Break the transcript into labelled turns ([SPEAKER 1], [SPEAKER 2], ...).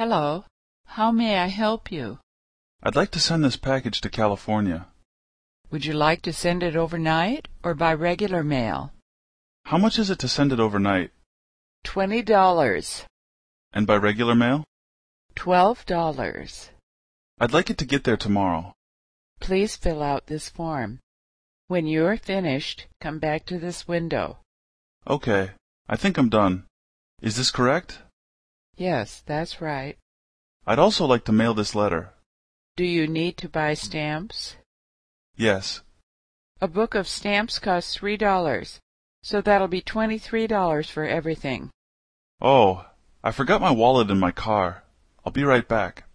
[SPEAKER 1] Hello. How may I help you?
[SPEAKER 2] I'd like to send this package to California.
[SPEAKER 1] Would you like to send it overnight or by regular mail?
[SPEAKER 2] How much is it to send it overnight?
[SPEAKER 1] Twenty dollars.
[SPEAKER 2] And by regular mail?
[SPEAKER 1] Twelve dollars.
[SPEAKER 2] I'd like it to get there tomorrow.
[SPEAKER 1] Please fill out this form. When you are finished, come back to this window.
[SPEAKER 2] Okay. I think I'm done. Is this correct?
[SPEAKER 1] Yes, that's right.
[SPEAKER 2] I'd also like to mail this letter.
[SPEAKER 1] Do you need to buy stamps?
[SPEAKER 2] Yes.
[SPEAKER 1] A book of stamps costs three dollars, so that'll be twenty-three dollars for everything.
[SPEAKER 2] Oh, I forgot my wallet in my car. I'll be right back.